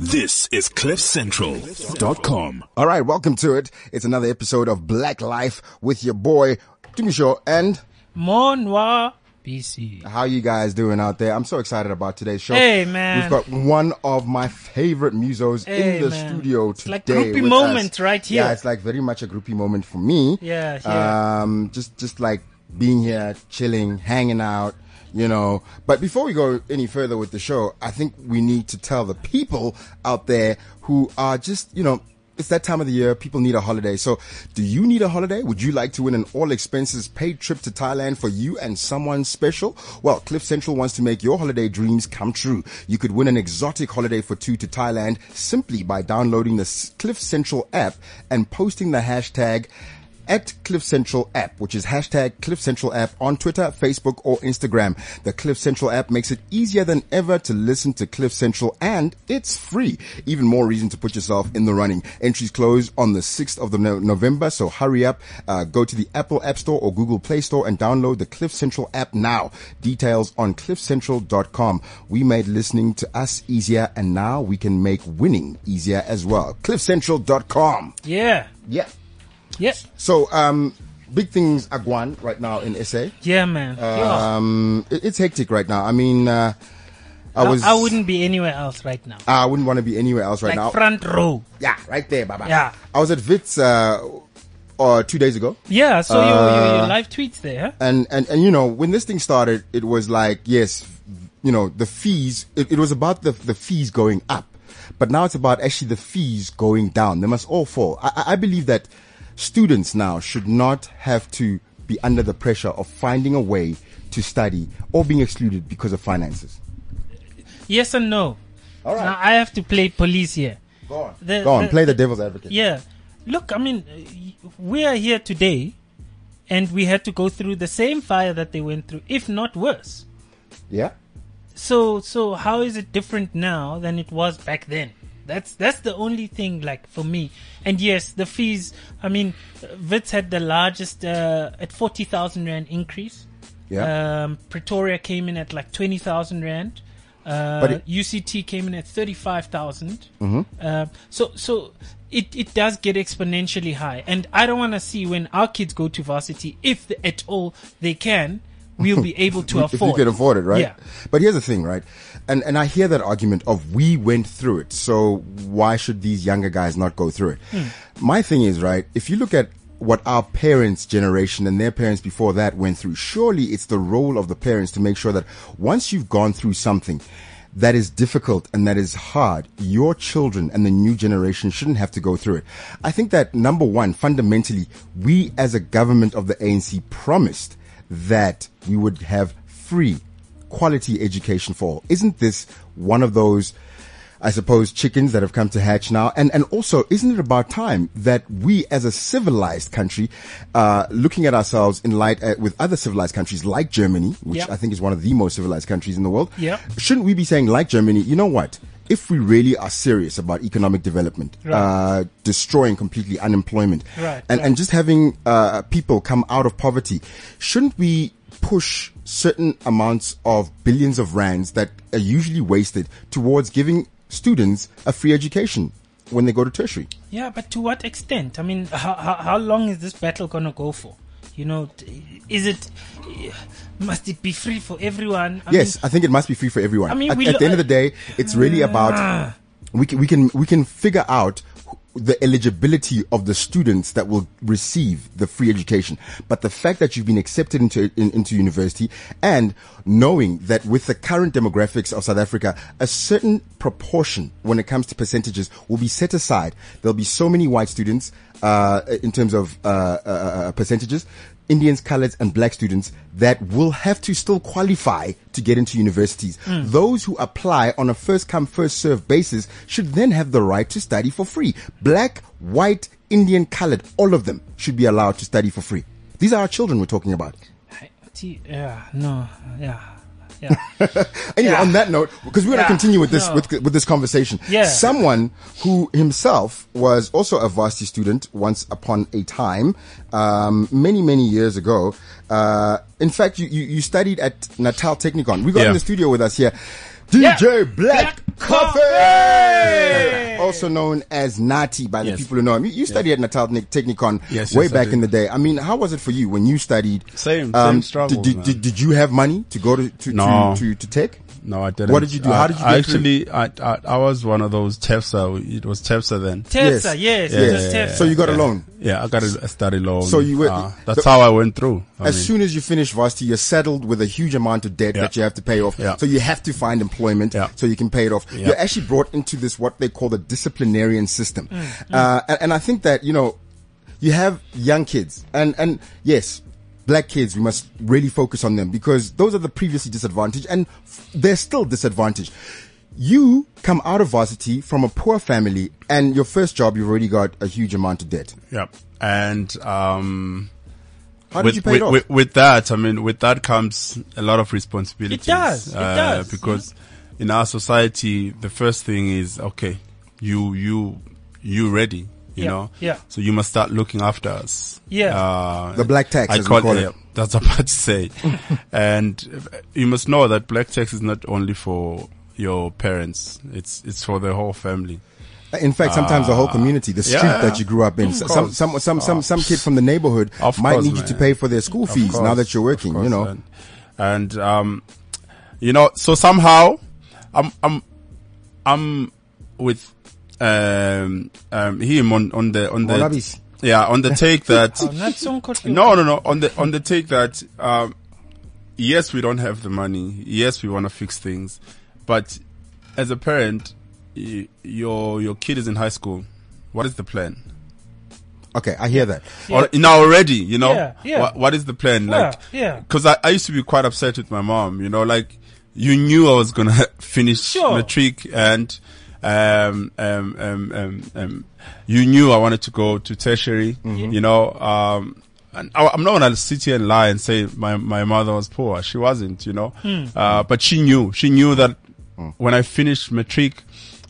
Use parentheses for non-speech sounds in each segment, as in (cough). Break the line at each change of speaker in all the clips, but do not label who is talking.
This is CliffCentral.com.
All right, welcome to it. It's another episode of Black Life with your boy Jimmy Shaw and
More Noir BC.
how you guys doing out there? I'm so excited about today's show.
Hey, man.
we've got one of my favorite musos
Hey,
in the
man.
studio
It's
today.
like groupie
with
moment
us.
right here.
Yeah, it's like very much a groupie moment for me.
Yeah, yeah.
Um, just just like being here, chilling, hanging out. You know, but before we go any further with the show, I think we need to tell the people out there who are just, you know, it's that time of the year. People need a holiday. So, do you need a holiday? Would you like to win an all expenses paid trip to Thailand for you and someone special? Well, Cliff Central wants to make your holiday dreams come true. You could win an exotic holiday for two to Thailand simply by downloading the S- Cliff Central app and posting the hashtag at Cliff Central app, which is hashtag Cliff Central app on Twitter, Facebook, or Instagram. The Cliff Central app makes it easier than ever to listen to Cliff Central and it's free. Even more reason to put yourself in the running. Entries close on the 6th of the No- November, so hurry up, uh, go to the Apple App Store or Google Play Store and download the Cliff Central app now. Details on cliffcentral.com. We made listening to us easier and now we can make winning easier as well. cliffcentral.com.
Yeah.
Yeah.
Yeah.
So, um, big things are going right now in SA.
Yeah, man. Yeah.
Um, it- it's hectic right now. I mean, uh, I
I,
was,
I wouldn't be anywhere else right now.
I wouldn't want to be anywhere else right
like
now.
front row.
yeah, right there, Baba.
Yeah.
I was at Vitz, uh, uh, two days ago.
Yeah, so your, your, your
Uh,
live tweets there. Huh?
and and and you know when this thing started it was like yes you know the fees it, it was about the the fees going up but now it's about actually the fees going down they must all fall i, I- I believe that students now should not have to be under the pressure of finding a way to study or being excluded because of finances
Yes and no.
All right.
Now I have to play police here.
go on
The-
go on
the-
play the devil's advocate
Yeah. Look, I mean, uh, y- we are here today and we had to go through the same fire that they went through, if not worse.
yeah
So, so how is it different now than it was back then? That's, that's the only thing, like, for me. And yes, the fees, I mean, uh, Wits had the largest, uh, at 40,000 Rand increase.
yeah
Um, Pretoria came in at like 20,000 Rand. Uh,
But it- Mm-hmm.
UCT came in at 35,000. Uh, so, so it, it does get exponentially high. And I don't want to see when our kids go to varsity, if at all they can, we'll be able to
(laughs) if you
afford.
can afford it, right?
Yeah.
But here's the thing, right? And and I hear that argument of we went through it, so why should these younger guys not go through it? My thing is, right, if you look at what our parents' generation and their parents before that went through, surely it's the role of the parents to make sure that once you've gone through something that is difficult and that is hard, your children and the new generation shouldn't have to go through it. I think that number one, fundamentally, we as a government of the ANC promised that we would have free quality education for all. Isn't this one of those, I suppose, chickens that have come to hatch now? And, and also, isn't it about time that we as a civilized country, uh, looking at ourselves in light uh, with other civilized countries like Germany, which
Yeah.
I think is one of the most civilized countries in the world,
Yeah.
shouldn't we be saying like Germany, you know what? If we really are serious about economic development, uh, destroying completely unemployment,
Right,
and and just having uh, people come out of poverty, shouldn't we push certain amounts of billions of rands that are usually wasted towards giving students a free education when they go to tertiary?
Yeah, but to what extent? I mean, how, how, how long is this battle gonna go for? You know, t- is it must it be free for everyone? I
yes, I think it must be free for everyone.
I mean,
at,
we
at
lo- Ah.
the end of the day, it's really about we can we can we can figure out wh- the eligibility of the students that will receive the free education. But the fact that you've been accepted into in, into university and knowing that with the current demographics of South Africa, a certain proportion when it comes to percentages will be set aside. There'll be so many white students uh, in terms of uh, uh, uh, percentages. Indians, coloreds, and black students that will have to still qualify to get into universities. Those who apply on a first come, first served basis should then have the right to study for free. Black, white, Indian, colored, all of them should be allowed to study for free. These are our children we're talking about.
I- t- yeah, no, yeah,
(laughs)
yeah.
Anyway,
Yeah.
on that note, because we're going to
Yeah.
continue with this
No.
with, with this conversation.
Yeah.
Someone who himself was also a varsity student once upon a time, um, many many years ago. Uh, in fact, you, you you studied at Natal Technicon. We got
Yeah.
in the studio with us here, DJ
Yeah.
Black,
Black
Coffee.
Coffee.
also known as Nati by the
Yes.
people who know him. You, you studied at Natal Nic- Technicon
Yes,
way
yes, I
back
did.
in the day. I mean, how was it for you when you studied? um,
Same- same
did-
struggle,
Did,
man.
did, did you have money to go to to,
No.
to, to, to tech?
No, I didn't.
What did you do?
I-
How did you
I
get through?
actually, I, I, I was one of those TEFSA. It was TEFSA then.
Tepsa, yes, it was Tepsa.
So you got a loan.
Yeah, I got a, a study loan.
So you were-
Uh, that's
the-
how I went through. I
as
mean,
soon as you finish varsity, you're settled with a huge amount of debt
Yeah.
that you have to pay off.
Yeah.
So you have to find employment
Yeah.
so you can pay it off.
Yeah.
You're actually brought into this what they call the disciplinarian system, uh, and, and I think that you know you have young kids, and and yes. Black kids, we must really focus on them because those are the previously disadvantaged and f- they're still disadvantaged. You come out of varsity from a poor family and your first job, you've already got a huge amount of debt.
yeah, and um,
How did
with,
you pay
with,
it off?
With, with that, I mean, with that comes a lot of responsibility.
It does, it does,
Because in our society, the first thing is okay, you you you ready, you
Yeah,
know?
yeah.
So you must start looking after us.
Yeah.
Uh,
The black tax,
I
as we
call,
call
it.
it.
(laughs) That's about to say, (laughs) and uh, you must know that black tax is not only for your parents; it's it's for the whole family.
In fact, sometimes the whole community, the street
Ah, yeah.
that you grew up in,
Of
some
course.
some some some some kid from the neighborhood
Of
might
course,
need you to
man.
pay for their school
Of
fees now
course,
that you're working.
of course,
you know,
and, and um, you know, so somehow, I'm I'm I'm with um um him on on the on the
Monabisi.
yeah
(laughs)
on the take that
I'm Oh, not so confused.
no no no on the on the take that um yes we don't have the money yes we want to fix things but as a parent y- your your kid is in high school what is the plan
okay, I hear that.
or, now already, you know,
Yeah, yeah.
What, what is the plan? Like,
yeah.
Because I, I used to be quite upset with my mom, you know, like you knew I was gonna (laughs) finish
Sure.
matric and um, um, um, um, um, you knew I wanted to go to tertiary,
Mm-hmm.
you know. Um, and I, I'm not gonna sit here and lie and say my my mother was poor. She wasn't, you know.
Hmm.
Uh, but she knew. She knew that when I finished matric,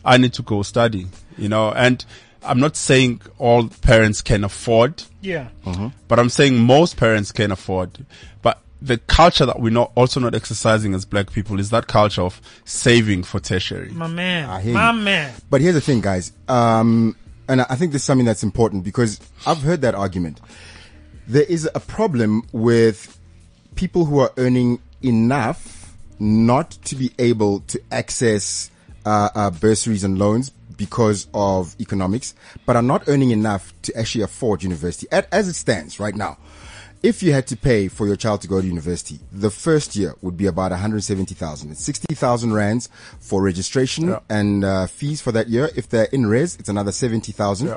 I need to go study, you know. And I'm not saying all parents can afford
Yeah.
Uh-huh.
but I'm saying most parents can afford. But the culture that we're not also not exercising as black people is that culture of saving for tertiary.
My man.
I hear
my
you.
man.
But here's the thing, guys, um, and I I think this is something that's important because I've heard that argument. There is a problem with people who are earning enough not to be able to access uh, uh, bursaries and loans because of economics, but are not earning enough to actually afford university. At, as it stands right now, if you had to pay for your child to go to university, the first year would be about 170,000. It's 60,000 rands for registration and uh, fees for that year. If they're in res, it's another 70,000.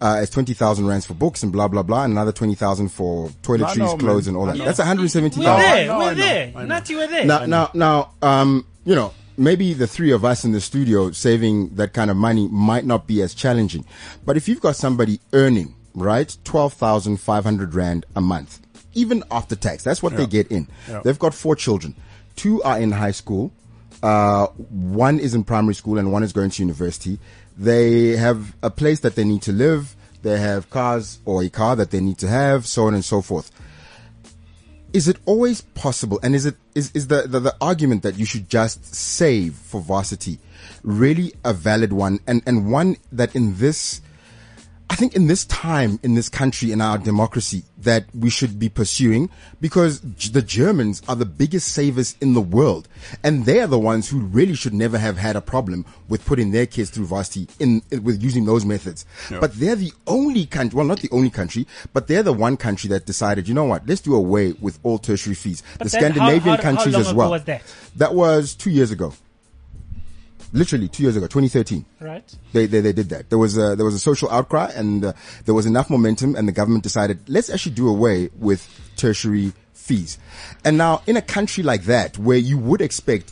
Uh, it's 20,000 rands for books and blah, blah, blah, and another 20,000 for toiletries,
know, man.
clothes and all
I
that.
know.
That's 170,000
We're
I
there.
know,
we're
I know,
there.
I know.
Not you were there.
now, now, now, um, you know, maybe the three of us in the studio saving that kind of money might not be as challenging, but if you've got somebody earning right twelve thousand five hundred rand a month, even after tax, that's what they get in. They've got four children, two are in high school, uh, one is in primary school and one is going to university. They have a place that they need to live. They have cars or a car that they need to have, so on and so forth is it always possible and is it is, is the, the the argument that you should just save for varsity really a valid one and and one that in this I think in this time in this country in our democracy that we should be pursuing because G- the Germans are the biggest savers in the world and they are the ones who really should never have had a problem with putting their kids through varsity in with using those methods but they're the only country well not the only country but they're the one country that decided you know what let's do away with all tertiary fees the
then how-
Scandinavian
how- how
countries
long
as
ago
well
was that?
that was 2 years ago literally 2 years ago 2013
right?
they, they they did that. There was a there was a social outcry, and uh, there was enough momentum, and the government decided let's actually do away with tertiary fees. And now, in a country like that, where you would expect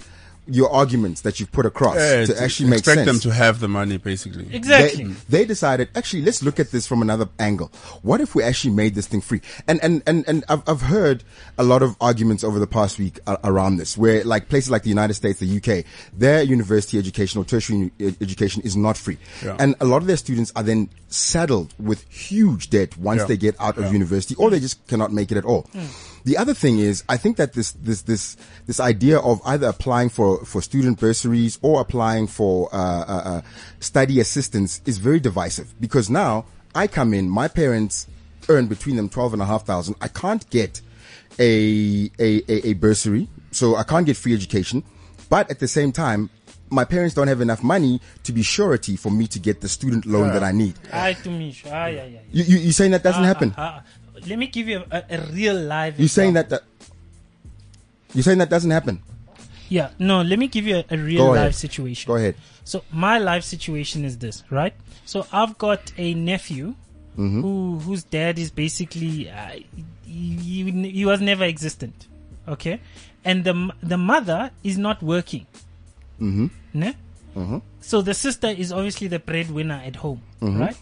your arguments that you put across
Yeah,
to
to
actually make
expect
sense,
them to have the money, basically.
Exactly.
they, they decided actually let's look at this from another angle. What if we actually made this thing free? And and and and I've I've heard a lot of arguments over the past week a- around this, where like places like the United States, the UK, their university education or tertiary e- education is not free,
Yeah.
and a lot of their students are then saddled with huge debt once
Yeah.
they get out of university, or they just cannot make it at all. The other thing is, I think that this this this this idea of either applying for for student bursaries or applying for uh, uh, uh, study assistance is very divisive because now I come in, my parents earn between them twelve and a half thousand. I can't get a a a, a bursary, so I can't get free education. But at the same time, my parents don't have enough money to be surety for me to get the student loan that I need.
Hi to Misho. Ah, yeah, yeah.
You, you, you're saying that doesn't
Ah,
happen?
ah, ah. Let me give you a, a real live.
You're saying that, that you're saying that doesn't happen.
Yeah, no, let me give you a, a real
Go
life
ahead.
situation.
Go ahead.
So my life situation is this, right? So I've got a nephew who whose dad is basically uh, he, he, he was never existent, okay, and the m- the mother is not working, mm-hmm. ne? So the sister is obviously the breadwinner at home, right?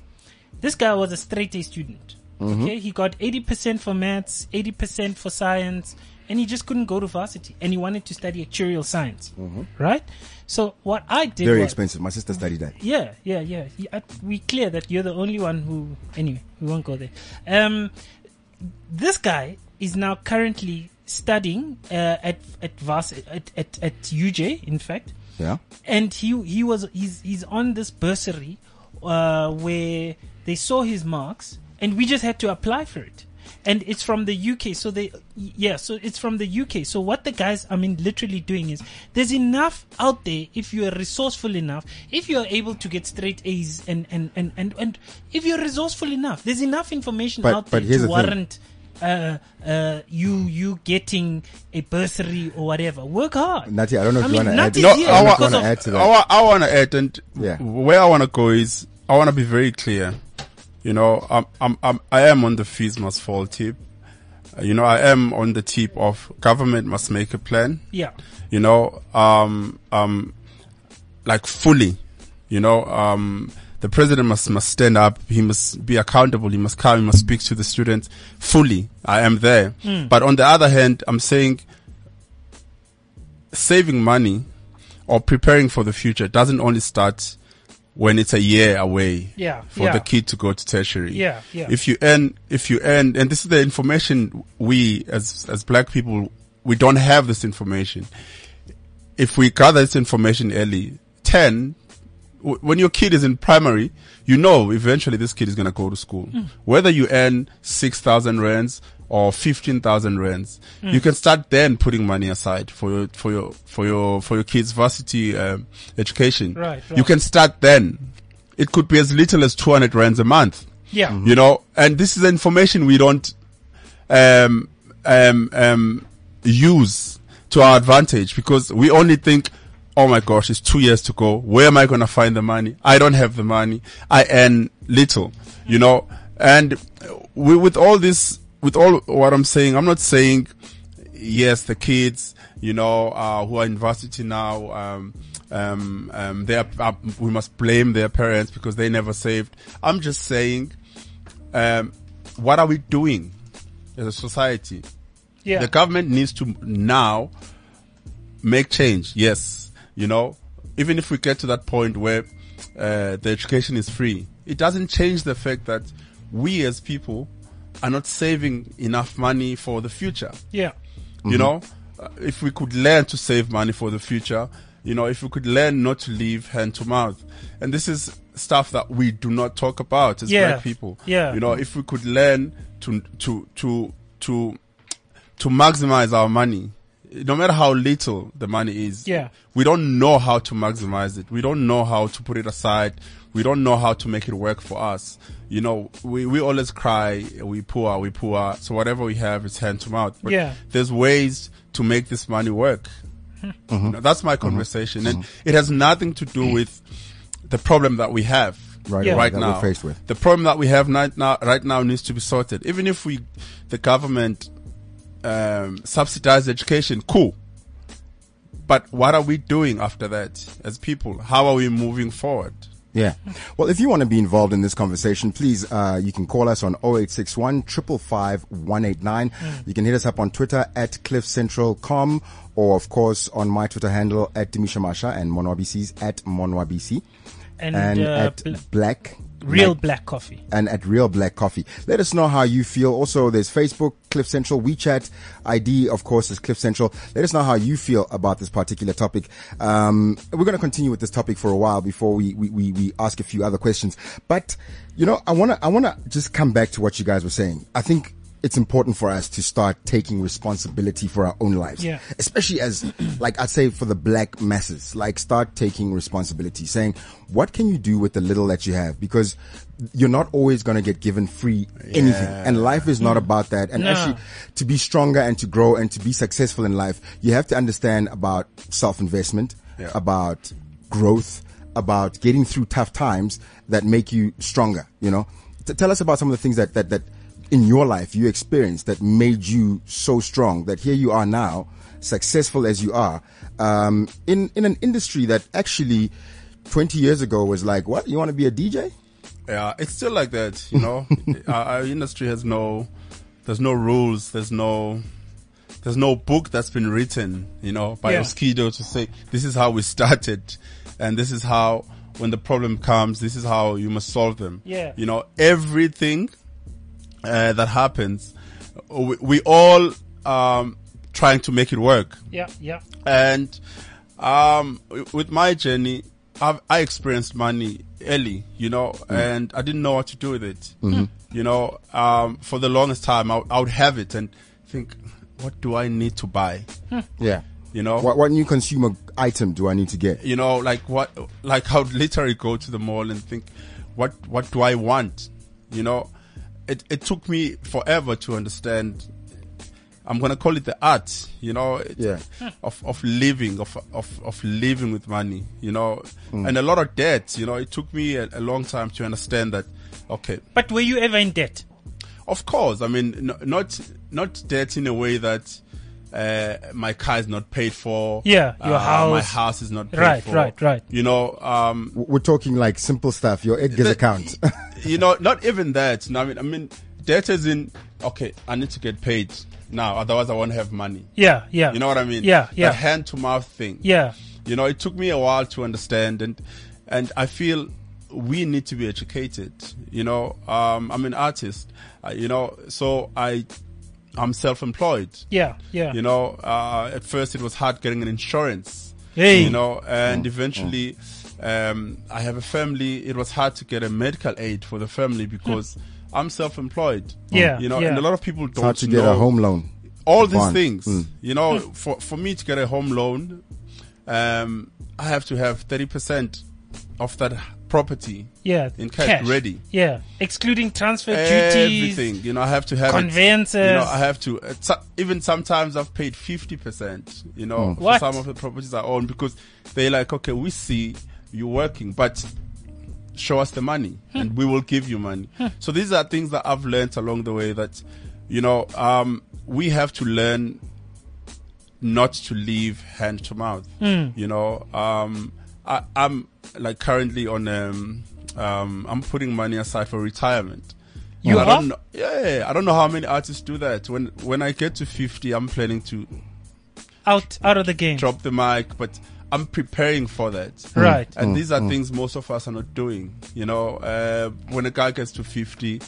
This guy was a straight A student. Okay, he got 80% for maths, 80% for science, and he just couldn't go to varsity. And he wanted to study actuarial science, right? So what I did
Very
was,
expensive. My sister studied that.
yeah, yeah, yeah. Y- I- We clear that you're the only one who. Anyway, we won't go there. Um, this guy is now currently studying uh, at at Vas at, at at UJ, in fact,
Yeah.
and he he was he's he's on this bursary uh, where they saw his marks, and we just had to apply for it. And it's from the UK, so they yeah, so it's from the UK. So what the guys, I mean, literally doing is there's enough out there if you are resourceful enough, if you are able to get straight A's, and and and and, and if you're resourceful enough, there's enough information
But- but
out there
here's
to
the thing.
warrant uh, uh, you you getting a bursary or whatever. Work hard.
Nati, I don't know if
I
you
mean,
wanna add-
Nati
No,
is here
I wa-
because
wanna
of-
add to that.
I, wa- I want to add, and
Yeah.
where I want to go is, I want to be very clear. You know, I'm, I'm, I'm, I am on the fees must fall tip. Uh, You know, I am on the tip of government must make a plan.
Yeah.
You know, um, um, like fully. You know, um, the president must must stand up. He must be accountable. He must come. He must speak to the students fully. I am there.
Hmm.
But on the other hand, I'm saying saving money or preparing for the future doesn't only start when it's a year away
Yeah,
for
yeah.
the kid to go to tertiary.
Yeah, yeah.
If you earn, if you earn, and this is the information we as, as black people, we don't have this information. If we gather this information early, 10, w- when your kid is in primary, you know eventually this kid is going to go to school.
Mm.
Whether you earn 6,000 rands or 15,000 rands,
Mm.
you can start then putting money aside for your, for your, for your, for your kids varsity um, education.
Right,
You
right.
can start then. It could be as little as 200 rands a month.
Yeah.
You know, and this is information we don't, um, um, um, use to our advantage because we only think, oh my gosh, it's two years to go. Where am I going to find the money? I don't have the money. I earn little, you know, and we, with all this, with all what I'm saying, I'm not saying, yes, the kids, you know, uh, who are in varsity now, um, um, um, they are, are, we must blame their parents because they never saved. I'm just saying, um, what are we doing as a society?
Yeah.
The government needs to now make change. Yes, you know, even if we get to that point where uh, the education is free, it doesn't change the fact that we as people are not saving enough money for the future
yeah.
you know Uh, if we could learn to save money for the future you know if we could learn not to leave hand to mouth and this is stuff that we do not talk about as
Yeah.
black people
Yeah.
you know if we could learn to to to to to maximize our money no matter how little the money is
Yeah.
we don't know how to maximize it we don't know how to put it aside we don't know how to make it work for us you know we, we always cry we poor we poor so whatever we have is hand to mouth but
Yeah.
there's ways to make this money work
Mm-hmm.
You know, that's my conversation and it has nothing to do with the problem that we have
Right,
Yeah.
right
that we're
now
faced with.
the problem that we have right now right now needs to be sorted even if we the government um, subsidize education cool but what are we doing after that as people how are we moving forward
(laughs)
Yeah. Well, if you want to be involved in this conversation, please, uh, you can call us on 0861 555 189.
Mm.
You can hit us up on Twitter at cliffcentral.com or, of course, on my Twitter handle at Dimisha Masha and Monwabc's at Monwabc.
And,
and
uh,
at
bl-
Black
Real black coffee.
and at Real Black Coffee. Let us know how you feel. Also, there's Facebook, Cliff Central, WeChat ID, of course, is Cliff Central. Let us know how you feel about this particular topic. Um, we're going to continue with this topic for a while before we, we, we, we ask a few other questions. But, you know, I want to, I want to just come back to what you guys were saying. I think it's important for us to start taking responsibility for our own lives
Yeah.
especially as like I'd say for the black masses, like start taking responsibility, saying what can you do with the little that you have because you're not always going to get given free anything and life is not about that and
No.
actually to be stronger and to grow and to be successful in life you have to understand about self-investment
Yeah.
about growth about getting through tough times that make you stronger you know T- tell us about some of the things that that that in your life you experienced that made you so strong that here you are now successful as you are um, in in an industry that actually 20 years ago was like what you want to be a dj
Yeah, it's still like that, you
(laughs)
know. our, our industry has no, there's no rules, there's no, there's no book that's been written, you know, by
Yeah.
Oskido to say this is how we started, and this is how when the problem comes, this is how you must solve them.
Yeah.
you know, everything uh, that happens, we, we all um, trying to make it work.
Yeah, yeah.
And um, w- with my journey, I've, I experienced money early, you know,
Mm.
and I didn't know what to do with it.
Mm-hmm.
You know, um, for the longest time, I, would- I would have it and think, what do I need to buy?
yeah
You know,
what, what new consumer item do i need to get
you know, like what, like I would literally go to the mall and think, what, what do I want? You know, it, it took me forever to understand. I'm gonna call it the art, you know, it-
Yeah.
Hmm.
of of living, of of of living with money, you know,
Hmm.
and a lot of debt. You know, it took me a, a long time to understand that. Okay,
But were you ever in debt?
of course, I mean, n- not not debt in a way that uh, my car is not paid for.
Yeah, your
uh, my
house.
house is not paid
Right,
for.
right, right.
You know, um,
we're talking like simple stuff your edgar's account
you know, not even that. No, I mean, I mean, debt is in. Okay, I need to get paid now, otherwise I won't have money.
Yeah, yeah.
You know what I mean?
Yeah, yeah.
The hand to mouth thing.
Yeah.
You know, it took me a while to understand, and and I feel we need to be educated. You know, um, I'm an artist. Uh, you know, so I I'm self-employed.
Yeah, yeah.
You know, uh, at first it was hard getting an insurance.
Hey.
You know,
Mm.
and eventually, um, I have a family. It was hard to get a medical aid for the family because I'm self-employed.
Hmm. Yeah,
You know,
yeah.
and a lot of people don't
(laughs) how to get
know
a home loan
all these
Bond.
things you know for for me to get a home loan um i have to have 30% of that property
yeah.
in cash ready.
Yeah. Excluding transfer
everything
duties.
you know i have to have it.
Conveyances.
you know i have to uh, so- even sometimes i've paid 50% you know for
What?
some of the properties i own because they're like okay we see you working but show us the money
Hmm.
and we will give you money. So these are things that I've learned along the way that, you know, um, we have to learn not to leave hand to mouth.
Hmm.
You know, um, I, I'm like currently on, um, um, I'm putting money aside for retirement.
You
I
are?
don't know, yeah, yeah, I don't know how many artists do that. When when I get to 50, I'm planning to
Out out of the game.
drop the mic, but I'm preparing for that.
Hmm. Right.
And these are things most of us are not doing. You know, uh, when a guy gets to 50,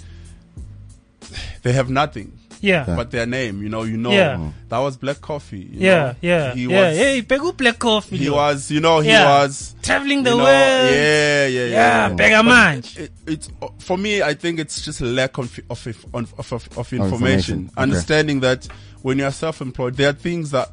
they have nothing
Yeah.
but their name. You know, you know,
Yeah. Mm.
that was Black Coffee. you
yeah,
know.
yeah.
He
yeah.
was,
hey, Pegu black coffee.
he was, you know, he
Yeah.
was.
traveling the
you know,
world.
yeah, yeah, yeah.
Yeah,
(laughs)
Bega Manj.
It, it's for me. I think it's just lack of of of, of, of, information.
information, okay.
Understanding that when you are self-employed, there are things that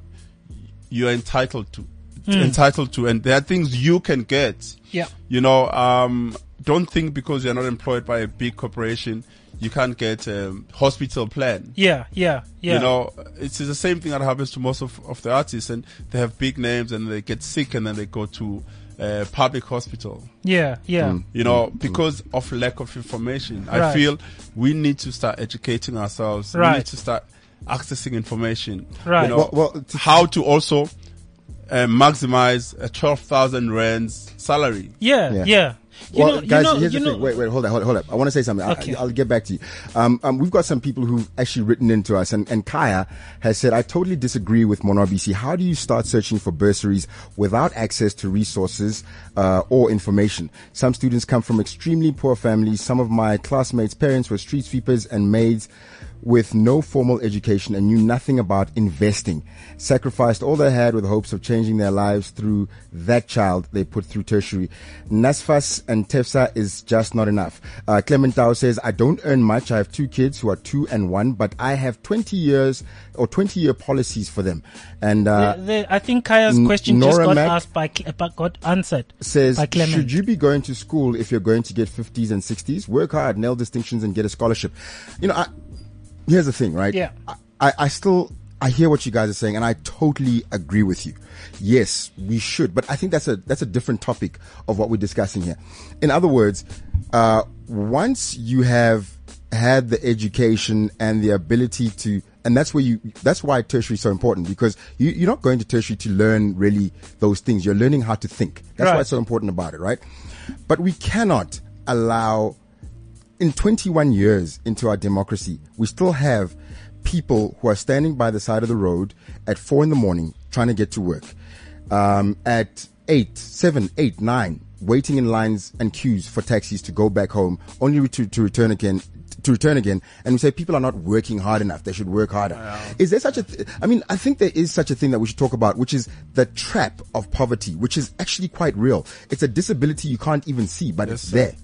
you are entitled to, entitled to, and there are things you can get.
Hmm. Yeah.
You know, um, don't think because you're not employed by a big corporation, you can't get a hospital plan.
Yeah, yeah, yeah.
You know, it's the same thing that happens to most of, of the artists, and they have big names, and they get sick, and then they go to a public hospital
yeah, yeah.
you know, because of lack of information. I
Right.
feel we need to start educating ourselves. We
Right.
need to start accessing information.
Right.
You know,
Well- well, t-
how to also uh, maximize a 12,000 rands salary.
Yeah,
Yeah.
yeah. You
well,
know,
guys,
you know,
here's
you
the
know,
thing. Wait, wait, hold on, hold, hold up. I want to say something.
Okay.
I, I'll get back to you. Um, um, we've got some people who've actually written into us, and, and Kaya has said, I totally disagree with Mono BC. How do you start searching for bursaries without access to resources uh, or information? Some students come from extremely poor families. Some of my classmates' parents were street sweepers and maids with no formal education and knew nothing about investing, sacrificed all they had with hopes of changing their lives through that child they put through tertiary. NASFAS and TEFSA is just not enough. Uh, Clement Dow says, I don't earn much. I have two kids who are two and one, but I have 20 years or 20 year policies for them. And, uh,
The- the- I think Kaya's
N-
question
Nora
just got
Mac-
asked by, Cle- but got answered
says,
by Clement.
should you be going to school if you're going to get 50s and 60s? Work hard, nail distinctions, and get a scholarship. You know, I, here's the thing, right?
Yeah.
I, I, I still, I hear what you guys are saying, and I totally agree with you. Yes, we should, but I think that's a that's a different topic of what we're discussing here. In other words, uh, once you have had the education and the ability to and that's where you that's why tertiary is so important because you, you're not going to tertiary to learn really those things you're learning how to think that's why
Right.
it's so important about it right but we cannot allow in 21 years into our democracy, we still have people who are standing by the side of the road at four in the morning trying to get to work, um, at eight, seven, eight, nine, waiting in lines and queues for taxis to go back home, only to, to return again. To return again, and we say people are not working hard enough. They should work harder. Is there such a? Th- I mean, I think there is such a thing that we should talk about, which is the trap of poverty, which is actually quite real. It's a disability you can't even see, but it's
sir.
there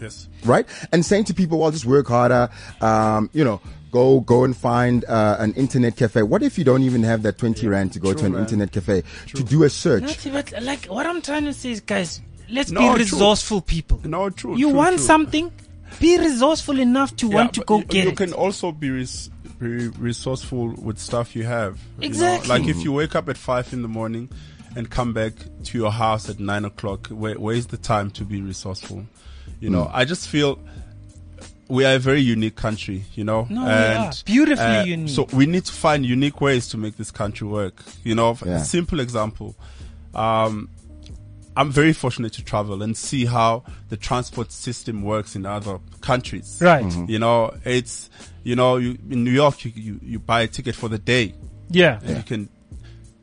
Yes.
right? And saying to people, well, just work harder, um, you know, go go and find uh, an internet cafe. What if you don't even have that 20 rand to go to an internet cafe to do a search?
No, see, but like what I'm trying to say is, guys, let's
No,
be
true.
resourceful people.
No, true,
You
true,
want
true.
something, be resourceful enough to want to
but
go
you,
get
you
it.
can also be, res- be resourceful with stuff you have. you know?
Exactly.
Like if you wake up at five in the morning and come back to your house at nine o'clock, where, where is the time to be resourceful? You
Hmm.
know, I just feel we are a very unique country, you know,
No, we
and uh,
are. Beautifully unique.
So we need to find unique ways to make this country work. You know, F-
Yeah.
simple example. Um, I'm very fortunate to travel and see how the transport system works in other countries.
Right.
Mm-hmm.
Mhm.
You know, it's, you know, you, in New York, you, you, you buy a ticket for the day
yeah.
and you can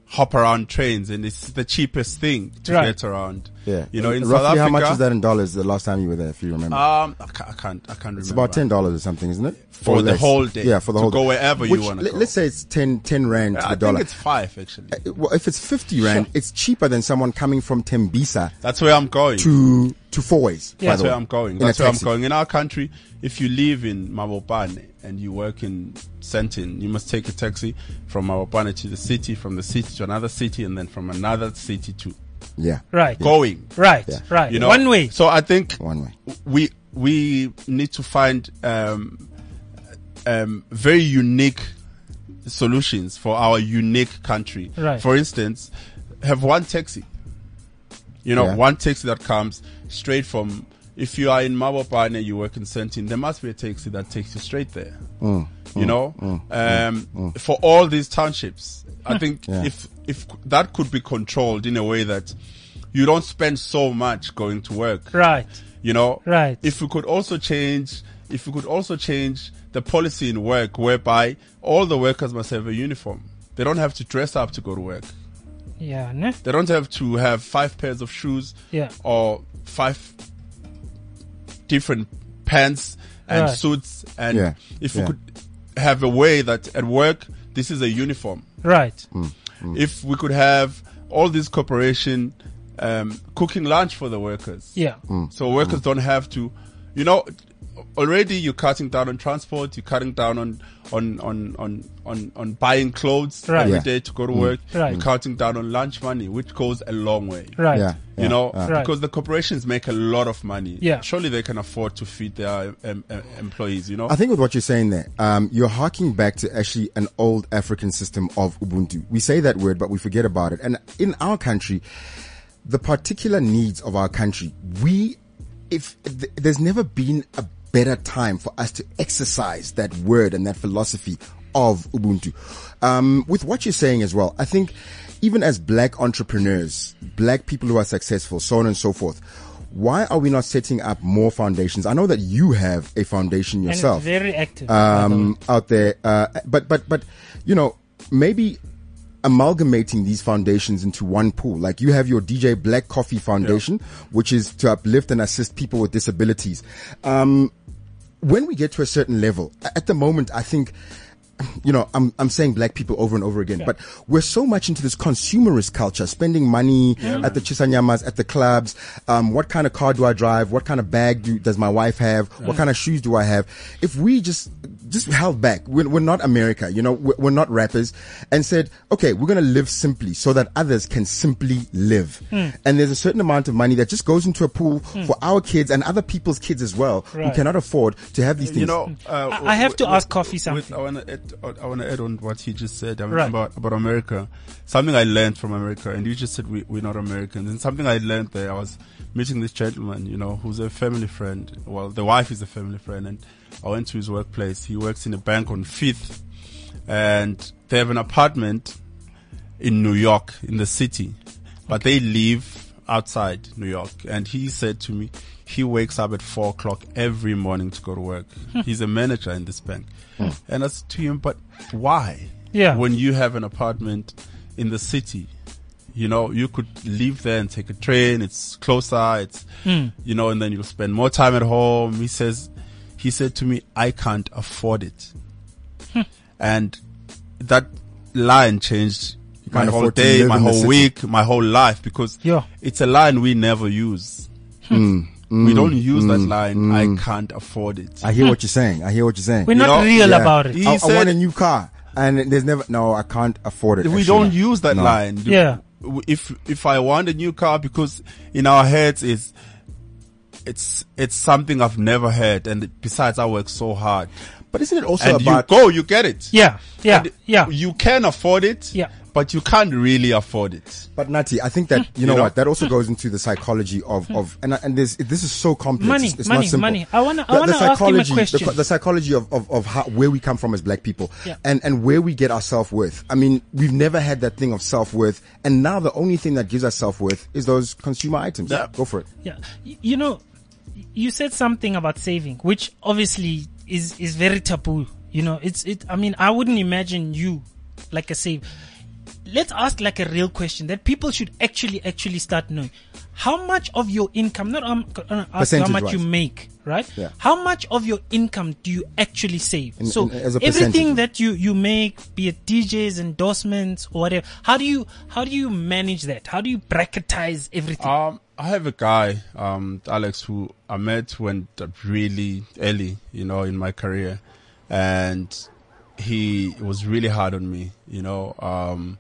hop around trains and it's the cheapest thing to
Right.
get around.
yeah.
You know, in
Roughly
South Africa.
how much is that in dollars the last time you were there, if you remember?
Um, I can't, I can't, I can't remember.
it's about ten dollars or something, isn't it?
For
Or
the
less.
whole day.
Yeah, for the
To
whole
go
day.
wherever you
Which,
wanna
let-
go.
Let's say it's 10, 10 rand to
I
the dollar.
think it's five actually.
Uh, well, if it's fifty rand, it's cheaper than someone coming from Tembisa
That's where I'm going.
to to Four Ways. by
That's
the
where
way,
I'm going.
in a
That's where I'm
taxi.
going. In our country, if you live in Mabopan and you work in Sentin, you must take a taxi from Mabopan to the city, from the city to another city, and then from another city to
Yeah,
Right.
going.
Right.
Yeah.
Right.
You know,
One way.
So I think
one way.
we we need to find um, um, very unique solutions for our unique country.
Right.
For instance, have one taxi. You know,
Yeah.
one taxi that comes straight from. If you are in Mabopane, you work in Sentin, there must be a taxi that takes you straight there.
Mm,
you know, um, for all these townships, I think
Hmm. Yeah.
if if that could be controlled in a way that you don't spend so much going to work,
Right.
you know
Right.
if we could also change if we could also change the policy in work whereby all the workers must have a uniform they don't have to dress up to go to work
Yeah. Ne?
they don't have to have five pairs of shoes
Yeah.
or five different pants and
Right.
suits and
Yeah.
if
Yeah.
we could have a way that at work this is a uniform
Right.
Mm.
Mm.
if we could have all these corporation um, cooking lunch for the workers
Yeah.
Mm.
so workers don't have to, you know, already you're cutting down on transport, you're cutting down on on on on on, on buying clothes
Right.
every day
Yeah. Mm.
to go to work.
Right.
You're cutting down on lunch money, which goes a long way.
Right.
Yeah,
You know,
yeah.
Right.
because the corporations make a lot of money.
Yeah.
Surely they can afford to feed their um, um, employees. You know.
I think with what you're saying there, um, you're harking back to actually an old African system of Ubuntu. We say that word, but we forget about it. And in our country, the particular needs of our country, we, if th- there's never been a better time for us to exercise that word and that philosophy of Ubuntu. Um, with what you're saying as well, I think even as black entrepreneurs, black people who are successful, so on and so forth, why are we not setting up more foundations? I know that you have a foundation
and
yourself
it's very active.
uh,
um, out there. Uh, but but but you know maybe amalgamating these foundations into one pool. Like you have your DJ Black Coffee Foundation, which is to uplift and assist people with disabilities. Um, when we get to a certain level, a- at the moment, I think. You know, I'm, I'm saying black people over and over again, but we're so much into this consumerist culture, spending money at the chisanyamas, at the clubs. Um, what kind of car do I drive? What kind of bag do, does my wife have? What kind of shoes do I have? If we just, just held back, we're, we're not America, you know, we're, we're not rappers and said, okay, we're going to live simply so that others can simply live. And there's a certain amount of money that just goes into a pool for our kids and other people's kids as well who
Right.
cannot afford to have these things.
You know, uh,
Mm. I- I have to ask Coffee something.
I want to add. I want to add on what he just said I mean,
Right.
about about America. Something I learned from America, and you just said we, we're not Americans. And something I learned there, I was meeting this gentleman, you know, who's a family friend. Well, the wife is a family friend, and I went to his workplace. He works in a bank on Fifth, and they have an apartment in New York, in the city, but they live outside New York. And he said to me, he wakes up at four o'clock every morning to go to work. He's a manager in this bank. And I said to him, but why?
Yeah.
When you have an apartment in the city, you know, you could live there and take a train. It's closer. It's, you know, and then you'll spend more time at home. He says, he said to me, I can't afford it. and that line changed my
can't
whole
afford to
day,
live
my
in the
whole
city.
week, my whole life because
Yeah.
it's a line we never use. we don't use that line. I can't afford it.
I
(laughs)
hear what you're saying. I hear what you're saying.
We're
you
not
know,
real
Yeah.
about it.
He
I, I
said-
want a new car, and there's never. No, I can't afford it.
we
actually.
don't use that
No.
line.
Yeah.
W- If if I want a new car, because in our heads is it's it's something I've never heard, and besides, I work so hard.
But isn't it also
and
about?
you go, you get it.
Yeah, yeah,
And
yeah.
You can afford it.
Yeah.
But you can't really afford it.
but Nati, I think
(laughs)
that you know
know?
what that also goes into the psychology of of and and this this is so complex.
Money,
it's, it's
money,
not simple.
money. I wanna- I
The-
wanna
the
ask him a
psychology-
question.
The, the psychology of of, of how, where we come from as black people,
Yeah.
and and where we get our self worth. I mean, we've never had that thing of self worth, and now the only thing that gives us self worth is those consumer items.
Yeah.
Go for it. (laughs)
Yeah, Y- you know, y- you said something about saving, which obviously is is very taboo. You know, it's it. I mean, I wouldn't imagine you like a save. Let's ask like a real question that people should actually actually start knowing. How much of your income? Not um, gonna ask how much
Percentage-wise.
you make, right?
Yeah.
How much of your income do you actually save?
In-
so
in- as a
everything
percentage.
that you you make, be it DJs, endorsements, or whatever, how do you how do you manage that? How do you bracketize everything?
Um, I have a guy, um, Alex, who I met when really early, you know, in my career, and he was really hard on me. You know, um,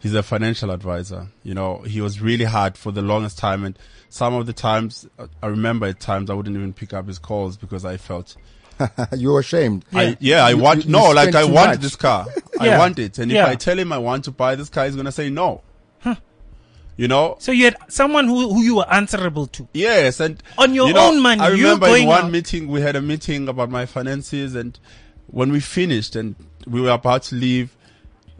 he's a financial advisor. You know, he was really hard for the longest time, and some of the times uh, I remember at times I wouldn't even pick up his calls because I felt
You're ashamed.
I, yeah, I
You-
want
you-
no,
you
like I
spend too
want
much.
this
(laughs)
car. I
Yeah.
want it, and
Yeah.
if I tell him I want to buy this car, he's gonna say no. You know,
So you had someone who, who you were answerable to.
Yes, and
On your
you know,
own money,
I
you
remember
going
in one
out.
meeting we had a meeting about my finances, and when we finished and we were about to leave,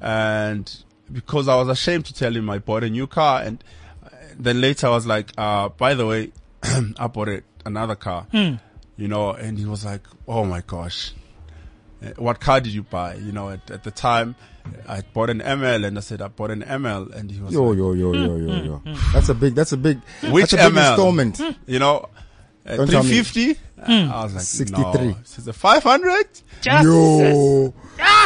and because I was ashamed to tell him I bought a new car, and uh, then later I was like, uh, by the way, (clears throat) I bought it, another car,
Hmm.
you know, and he was like, oh my gosh, uh, what car did you buy? You know, at, at the time, I bought an ML, and I said I bought an ML, and he was
Yo
like,
yo yo yo yo yo. That's a big. That's a big.
Mm, Which Mm.
that's a big
ML?
installment.
Hmm.
you know, uh,
Don't tell me.
350. I was like,
63.
No. She said, 500?
Just
Yo.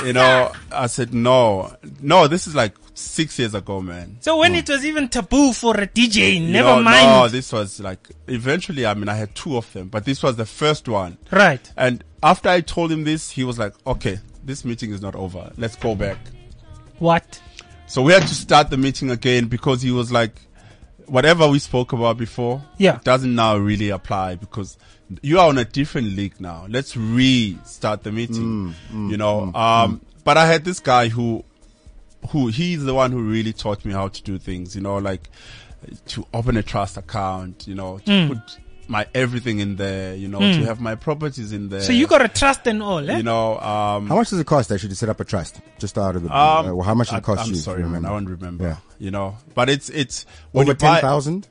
You know, I said, no, no, this is like six years ago, man.
So when it was even taboo for a DJ,
You
never
know,
mind.
No, this was like, eventually, I mean, I had two of them, but this was the first one.
right.
And after I told him this, he was like, okay, this meeting is not over. Let's go back.
What?
So we had to start the meeting again because he was like, whatever we spoke about before,
Yeah.
it doesn't now really apply because you are on a different league now. Let's restart the
Mm,
meeting, you know. um, but I had this guy who, who he's the one who really taught me how to do things, you know, like to open a trust account, you know, to
Mm.
put my everything in there, you know, to have my properties in there.
So you got a trust and all, eh?
you know, um,
How much does it cost actually to set up a trust? Just out of the
um,
uh, well, how much does
I-
it cost
I'm
you? if
sorry,
you
man.
remember?
I don't remember.
Yeah.
You know, but it's it's when
Over
you buy-
ten thousand.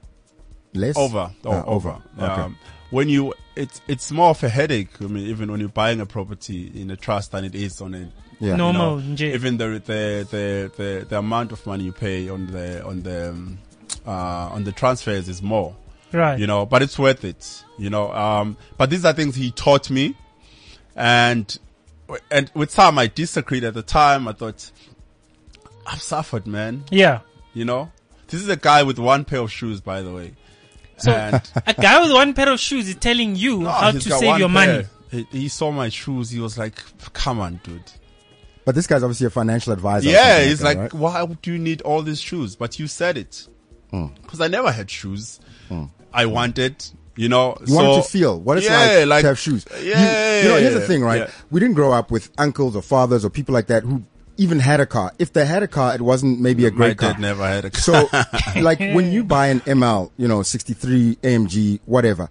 Less?
over or
Ah,
over.
Okay.
Um, when you it's it's more of a headache. I mean, even when you're buying a property in a trust than it is on a
Yeah.
you know,
normal nje.
even the, the the the the amount of money you pay on the on the um, uh, on the transfers is more.
right
You know, but it's worth it. You know, um, but these are things he taught me, and and with some I disagreed at the time. I thought I've suffered, man.
yeah
You know, this is a guy with one pair of shoes, by the way.
So-
and
(laughs) a guy with one pair of shoes is telling you
No,
how to
Oh, he's got
save
one
your money
pair. He, he saw my shoes. He was like, "Come on, dude."
But this guy's obviously a financial advisor. or
yeah,
something
he's
that,
like,
right?
"Why do you need all these shoes?" But you said it
Hmm.
because I never had shoes. I wanted, you know,
You
so,
want to feel what it's
yeah,
like, to have shoes.
Yeah,
You- you, know, here's the thing, right?
yeah.
We didn't grow up with uncles or fathers or people like that who even had a car. If they had a car, it wasn't maybe a
My
great car.
dad never had a car. (laughs)
So, like when you buy an ML, you know, 63 AMG, whatever,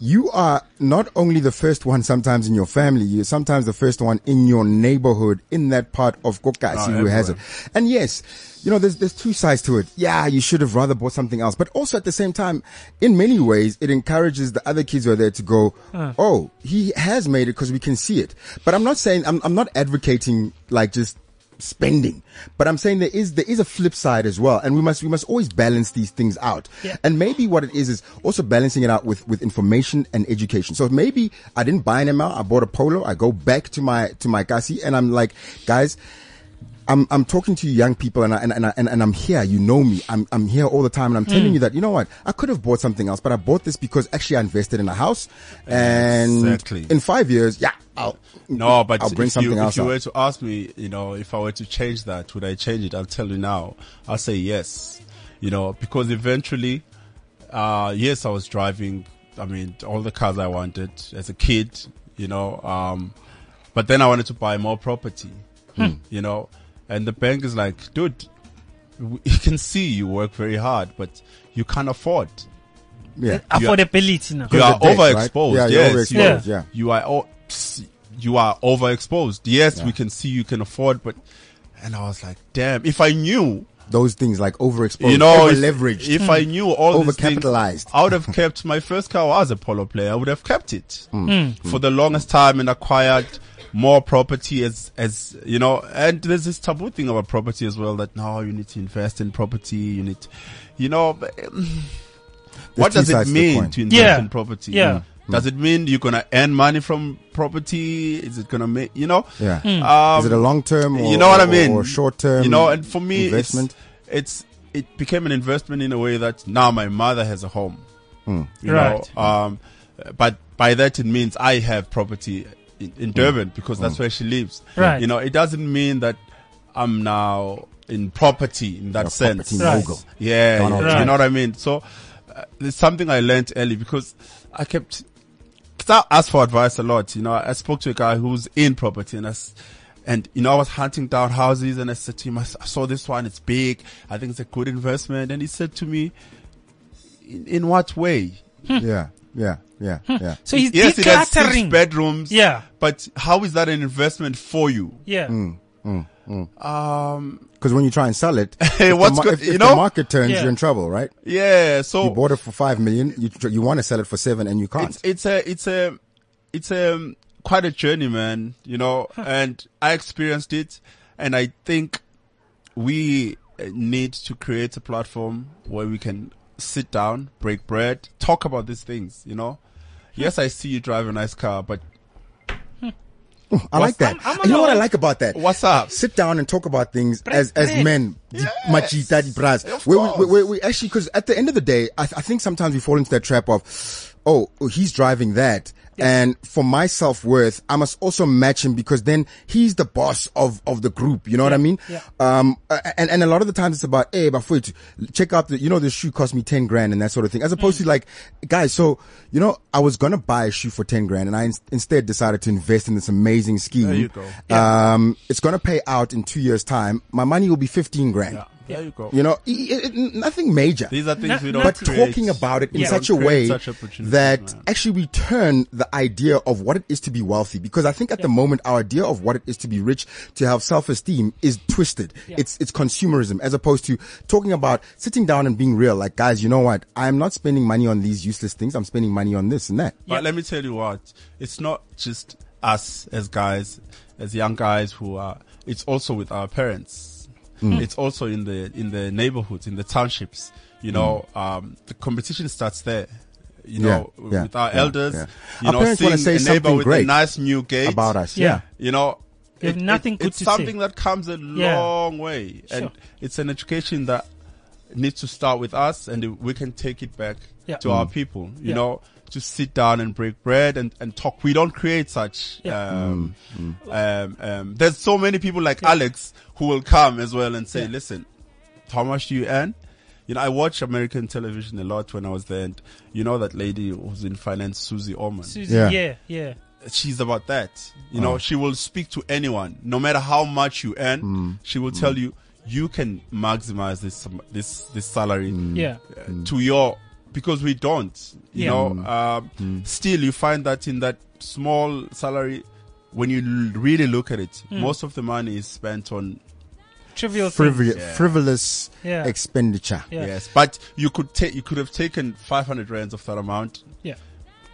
you are not only the first one sometimes in your family, you're sometimes the first one in your neighborhood, in that part of Kokasi
Oh,
who has it.
everywhere.
And yes, you know, there's, there's two sides to it. Yeah, you should have rather bought something else. But also at the same time, in many ways, it encourages the other kids who are there to go, Oh, he has made it because we can see it. But I'm not saying, I'm, I'm not advocating like just spending, but I'm saying there is, there is a flip side as well. And we must, we must always balance these things out.
Yeah.
And maybe what it is is also balancing it out with, with information and education. So maybe I didn't buy an ML. I bought a polo. I go back to my, to my Kasi and I'm like, guys, I'm I'm talking to you young people and I, and and, I, and and I'm here. You know me. I'm I'm here all the time and I'm telling
Hmm.
you that you know what I could have bought something else, but I bought this because actually I invested in a house and
Exactly.
in five years, yeah, I'll
No, but
I'll bring
if
something
you,
else.
If you
out.
were to ask me, you know, if I were to change that, would I change it? I'll tell you now. I'll say yes. You know, because eventually, uh, yes, I was driving. I mean, all the cars I wanted as a kid. You know, um, but then I wanted to buy more property.
Hmm.
You know, and the bank is like, dude, we we can see (laughs) you work very hard, but you can't afford.
yeah.
affordability now
You are
the debt, right?
overexposed.
Yeah, you're
yes, you
overexposed,
are-
yeah.
you are o- psst, you are overexposed. Yes, we can see you can afford, but and I was like, damn, if I knew,
Those things like overexposed,
you know, if,
leveraged.
If I knew all these things,
Overcapitalized.
I would have kept my first car. I was a polo player. I would have kept it
Hmm.
Hmm.
for the longest time and acquired more property as as you know. And there's this taboo thing about property as well that no, you need to invest in property. You need, to- you know. but, um, what
two
does it
sides to the
mean
coin.
to invest
Yeah.
in property? Hmm.
Yeah.
Does it mean you're gonna earn money from property? Is it gonna make you know?
yeah,
Um,
is it a long term?
you know what I mean?
Or short term?
You know, and for me,
investment.
It's, it's it became an investment in a way that now my mother has a home.
Hmm.
You
Right.
Know? Um, but by that it means I have property in, in
Hmm.
Durban because that's where she lives.
Right.
You know, it doesn't mean that I'm now in property in that
You're a
sense.
property
Right.
mogul.
Yeah,
Donald
you- you
Trump.
know what I mean. So uh, it's something I learned early because I kept cause I asked for advice a lot. You know, I spoke to a guy who's in property and I s and you know, I was hunting down houses and I said to him, I s- I saw this one. It's big. I think it's a good investment. And he said to me, in, in what way?
Yeah, yeah, yeah,
Hmm.
yeah.
so he's
Yes, it has six
decluttering
bedrooms.
Yeah.
But how is that an investment for you?
yeah
Mm.
Because when you try and
(laughs)
sell it, if the
what's
mar-
good-
if,
you
if the
know?
market turns,
Yeah.
you're in trouble, right?
Yeah. So
You bought it for five million. You tr- you want to sell it for seven, and you can't.
it's it's a it's a it's a quite a journey, man. You know, and I experienced it, and I think we uh, need to create a platform where we can sit down, break bread, talk about these things. You know, yes, I see you drive a nice car, but
I like that.
I'm- I'm
you know what I
alone.
like about that?
what's up?
Sit down and talk about things as, as
bread.
men. Yes. Machita di bras.
Of
We, we,
course.
we, we actually, because at the end of the day, I, I think sometimes we fall into that trap of, oh, he's driving that. And for my self worth, I must also match him because then he's the boss of, of the group. You know what I mean?
yeah.
Um, a- and, and a lot of the times it's about, hey, but wait, check out the, you know, this shoe cost me 10 grand and that sort of thing. As opposed
Mm.
to like, guys, so, you know, I was going to buy a shoe for 10 grand and I ins- instead decided to invest in this amazing scheme.
There you go.
Um, it's going to pay out in two years time. My money will be 15 grand.
There you go.
You know, i i i- nothing major.
These are things
Not-
we don't
but
not
create.
talking about it in
Yeah.
such a
Create
way
such opportunities,
that
man.
actually we turn the idea of what it is to be wealthy because I think at the moment our idea of what it is to be rich to have self-esteem is twisted. It's it's consumerism as opposed to talking about sitting down and being real like guys, you know what? I'm not spending money on these useless things. I'm spending money on this and that.
But let me tell you what, it's not just us as guys, as young guys who are, it's also with our parents.
Mm.
It's also in the, in the neighborhoods, in the townships, you know, um, the competition starts there. You
Yeah,
know,
Mm. yeah,
with our
yeah,
elders,
yeah.
you
Our
know,
parents
seeing
wanna say
a neighbor
something
with a
great
nice new gate
About us.
Yeah.
Yeah.
you know
They have nothing good
it's
to say.
something that comes a
Yeah.
long way and
Sure.
it's an education that needs to start with us and we can take it back
Yeah.
to our people you
Yeah.
know to sit down and break bread and, and talk we don't create such
Yeah.
um, Um, um, there's so many people like alex who will come as well and say
Yeah.
listen how much do you earn you know, I watch American television a lot when I was there, and you know that lady who's in finance, Susie Orman
Susie,
Yeah.
yeah, yeah.
she's about that. You know, she will speak to anyone, no matter how much you earn. She will tell you you can maximize this um, this this salary
Yeah.
uh, to your because we don't. You
Yeah.
know, um, still you find that in that small salary, when you l- really look at it,
Hmm.
most of the money is spent on
Trivial things.
Frivol- frivolous
Yeah.
expenditure.
Yeah.
yes, but you could take you could have taken five hundred rands of that amount
Yeah.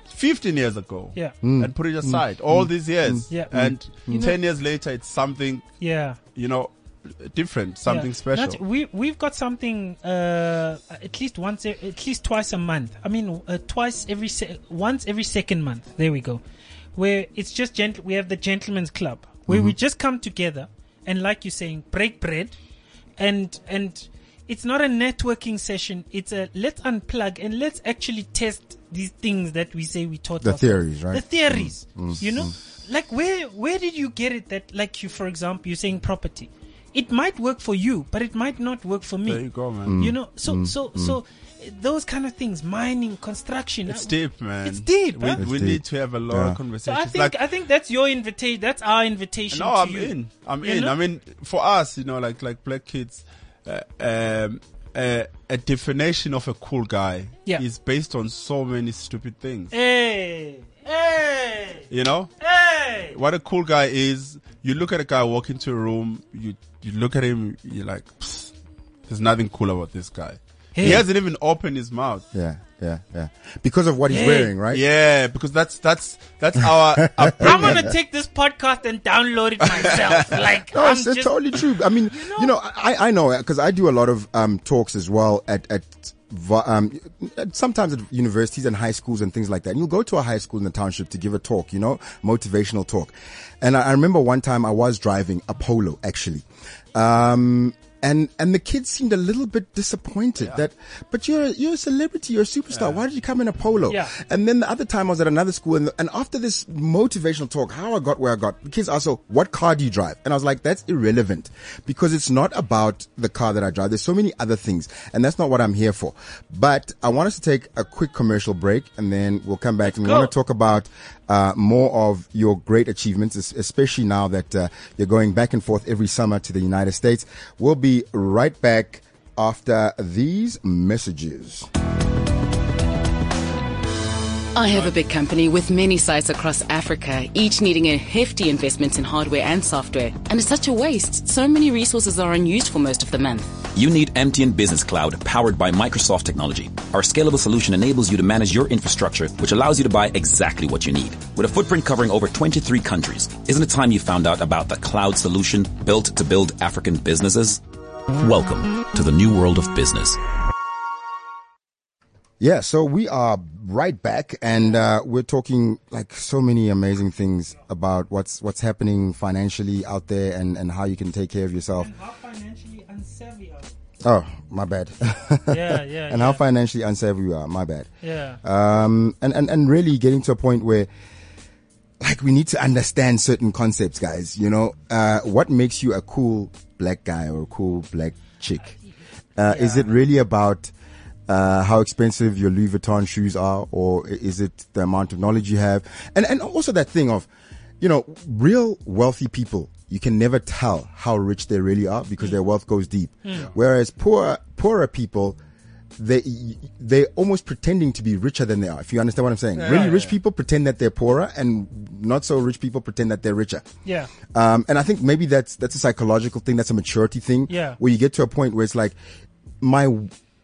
15 years ago
Yeah.
and put it aside all these years
Yeah.
and 10 years later it's something
Yeah.
you know different something
Yeah.
special
Not- we we've got something uh, at least once, e- at least twice a month. I mean, uh, twice every se- once every second month. There we go. Where it's just gentle. We have the gentlemen's club where we
Mm-hmm.
just come together and, like you're saying, break bread, and and it's not a networking session. It's a let's unplug and let's actually test these things that we say we taught.
The
ourselves.
theories, right?
The theories.
Mm-hmm.
You know, like where where did you get it that like you, for example, you're saying property. It might work for you, but it might not work for me.
there you go Mm. man
You know, so so so eh, those kind of things, mining, construction.
it's
uh,
deep man
It's deep,
we,
huh?
we
It's
need
deep.
to have a long
Yeah.
So
conversation
I
It's
think
like,
I think that's your invitation. That's our invitation.
no
to
i'm
you.
in i'm
You
in
know?
i mean for us you know like like black kids uh, um uh, a definition of a cool guy
Yeah. Eh.
is based on so many stupid things
Hey, hey,
you know
hey.
what a cool guy is you look at a guy walk into a room you you look at him you're like "Psst, there's nothing cool about this guy he
Hey.
hasn't even opened his mouth
Yeah, yeah, yeah. Because of what he's
Yeah.
wearing, right?
yeah because that's that's that's (laughs) our
I'm
upbringing.
gonna take this podcast and download
(laughs)
it myself. like
No,
I'm
it's, it's
just
totally true. I
(laughs)
mean, you know, I, I know because I do a lot of um, talks as well at at va- um, at- sometimes at universities and high schools and things like that. And you'll go to a high school in the township to give a talk, you know, motivational talk. And I, I remember one time I was driving a Polo actually. Um, and, and the kids seemed a little bit disappointed that, but you're, you're a celebrity, you're a superstar. Why did you come in a polo?
Yeah.
And then the other time I was at another school, and, and after this motivational talk, how I got where I got, the kids asked, so what car do you drive? And I was like, that's irrelevant because it's not about the car that I drive. There's so many other things, and that's not what I'm here for. But I want us to take a quick commercial break, and then we'll come back and we
go.
want to talk about uh, more of your great achievements, es- especially now that uh, you're going back and forth every summer to the United States. We'll be right back after these messages.
I have a big company with many sites across Africa, each needing a hefty investment in hardware and software. And it's such a waste. So many resources are unused for most of the month.
You need MTN Business Cloud powered by Microsoft technology. Our scalable solution enables you to manage your infrastructure, which allows you to buy exactly what you need. With a footprint covering over 23 countries, isn't it time you found out about the cloud solution built to build African businesses? Welcome to the new world of business.
Yeah, so we are right back, and uh, we're talking like so many amazing things about what's what's happening financially out there, and, and how you can take care of yourself.
How financially unsavvy are
Oh,
we?
my bad. (laughs)
Yeah, yeah.
and how financially unsavvy we are. My bad.
Yeah.
Um, and, and and really getting to a point where, like, we need to understand certain concepts, guys. You know, uh, what makes you a cool black guy or a cool black chick? Uh, Is it really about uh, how expensive your Louis Vuitton shoes are, or i- is it the amount of knowledge you have? And and also that thing of you know, real wealthy people, you can never tell how rich they really are because their wealth goes deep. Whereas poor, poorer people, they they're almost pretending to be richer than they are. If you understand what I'm saying, really rich people pretend that they're poorer, and not so rich people pretend that they're richer.
Yeah.
Um, and I think maybe that's that's a psychological thing. That's a maturity thing.
Yeah.
Where you get to a point where it's like, my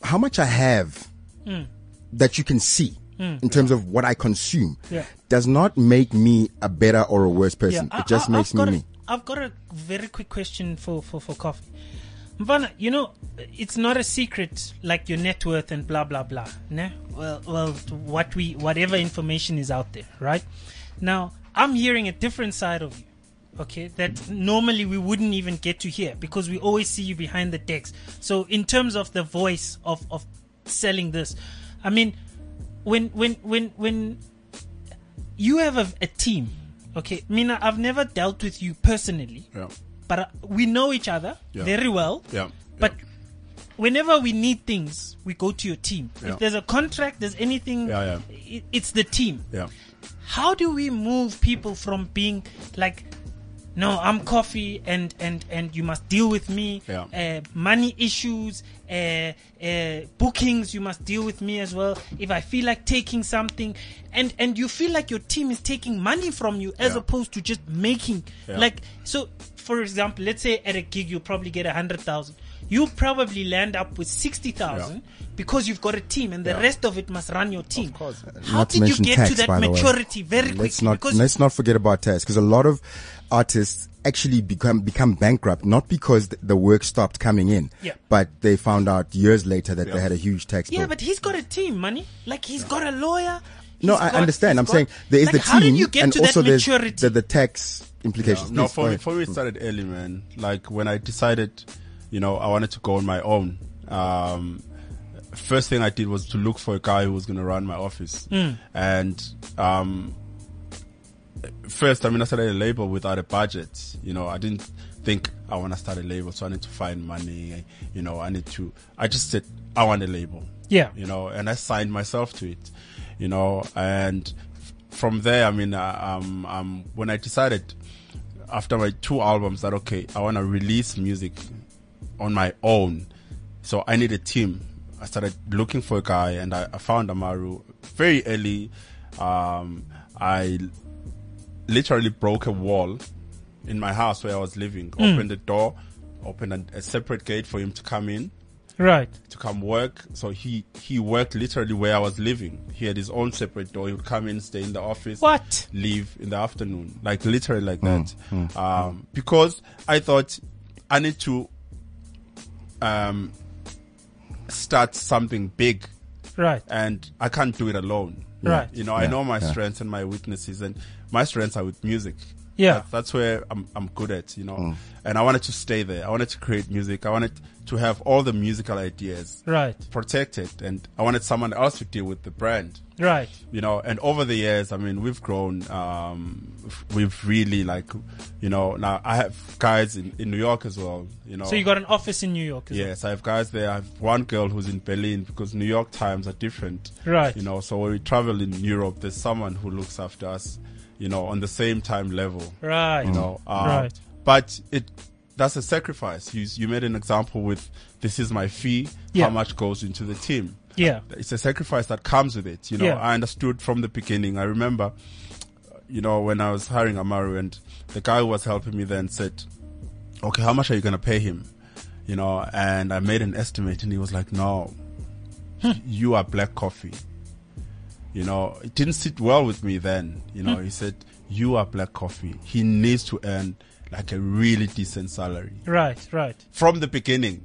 how much I have
Hmm.
that you can see in terms of what I consume
Yeah.
does not make me a better or a worse
Yeah,
person.
I-
It just
I-
makes
I've
me
got a-
me.
I've got a very quick question for for for coffee. Mvana, you know, it's not a secret like your net worth and blah blah blah. Ne? Well, well, what we whatever information is out there, right? Now I'm hearing a different side of you, okay? That normally we wouldn't even get to hear because we always see you behind the decks. So in terms of the voice of of selling this, I mean, when when when when you have a, a team. Okay, Mina, I've never dealt with you personally,
Yeah.
but uh, we know each other
Yeah.
very well.
Yeah.
But whenever we need things, we go to your team.
Yeah.
If there's a contract, there's anything,
Yeah,
It, it's the team.
Yeah.
How do we move people from being like, no, I'm coffee, and and and you must deal with me.
Yeah.
Uh, money issues, uh, uh, bookings, you must deal with me as well. If I feel like taking something, and and you feel like your team is taking money from you as
Yeah.
opposed to just making
Yeah.
like so. For example, let's say at a gig you probably get a hundred thousand. You probably land up with sixty thousand because you've got a team, and the rest of it must run your team. Of course. How
Not to
did you
mention
get
tax,
to that
by the way.
maturity very
Let's
quickly?
not
because
let's not forget about tax because a lot of artists actually become become bankrupt not because th- the work stopped coming in,
Yeah.
but they found out years later that they had a huge tax bill.
yeah, but he's got a team, money. Like he's got a lawyer.
no,
he's
I
got-
understand.
he's
I'm
got-
saying there is
like,
the
how
team,
did you get
and
to
also
that
there's
maturity?
the, the tax implications.
No,
Please, go
for me,
ahead.
for me, it started early, man. Like when I decided, you know, I wanted to go on my own. Um, first thing I did was to look for a guy who was going to run my office. And um, first, I mean, I started a label without a budget. You know, I didn't think I want to start a label, so I need to find money. You know, I need to. I just said I want a label.
Yeah.
You know, and I signed myself to it. You know, and f- from there, I mean, uh, um, um, when I decided after my two albums that okay, I want to release music on my own. So I need a team. I started looking for a guy and I, I found Amaru very early. Um, I literally broke a wall in my house where I was living, opened the door, opened a, a separate gate for him to come in
right.
to come work. So he, he worked literally where I was living. He had his own separate door. He would come in, stay in the office.
What?
Leave in the afternoon. Like literally like that. um, because I thought I need to, um, start something big
Right.
and I can't do it alone.
Right.
You know, I know my strengths and my weaknesses, and my strengths are with music.
Yeah.
That- that's where I'm I'm good at. You know, and I wanted to stay there. I wanted to create music. I wanted to have all the musical ideas
Right.
protected, and I wanted someone else to deal with the brand
Right.
you know and over the years i mean we've grown um f- we've really like you know now i have guys in, in new york as well you know
So you got an office in New York. Is it?
yes i have guys there i have one girl who's in berlin because new york times are different
Right.
you know so when we travel in europe there's someone who looks after us you know on the same time level
Right. Mm.
you know um,
Right.
but it that's a sacrifice you you made an example with this is my fee
Yeah.
how much goes into the team
Yeah.
it's a sacrifice that comes with it. You know,
Yeah.
I understood from the beginning. I remember, you know, when I was hiring Amaru and the guy who was helping me then said, okay, how much are you going to pay him? You know, and I made an estimate and he was like, no,
Hmm.
you are black coffee. You know, it didn't sit well with me then. You
Hmm.
know, he said, you are black coffee. He needs to earn like a really decent salary
Right. Right.
from the beginning.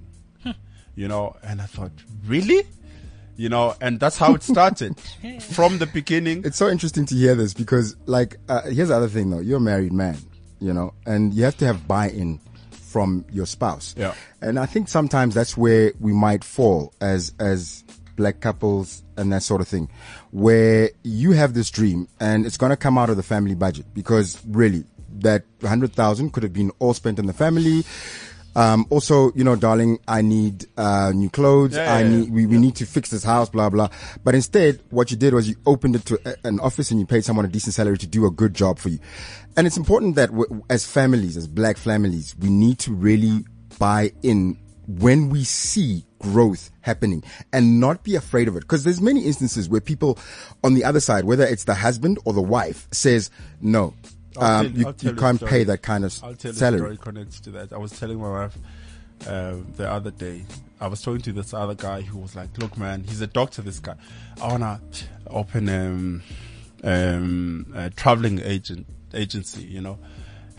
you know, and I thought, really? You know, and that's how it started. from the beginning.
it's so interesting to hear this because like uh, here's the other thing though you're a married man you know and you have to have buy-in from your spouse
Yeah.
and i think sometimes that's where we might fall as as black couples and that sort of thing where you have this dream and it's going to come out of the family budget because really that 100000 could have been all spent on the family Um, also, you know, darling, I need uh, new clothes.
Yeah,
I
yeah,
need we, we need to fix this house, blah blah. But instead, what you did was you opened it to a, an office and you paid someone a decent salary to do a good job for you. And it's important that w- as families, as black families, we need to really buy in when we see growth happening and not be afraid of it because there's many instances where people on the other side whether it's the husband or the wife says no
I'll
um,
tell-
you,
I'll tell
you
a
can't
story.
pay that kind of
I'll tell
salary
you a story connected to that. I was telling my wife um, the other day. I was talking to this other guy who was like, "Look, man, he's a doctor. This guy. I wanna open um, um, a traveling agent agency, you know."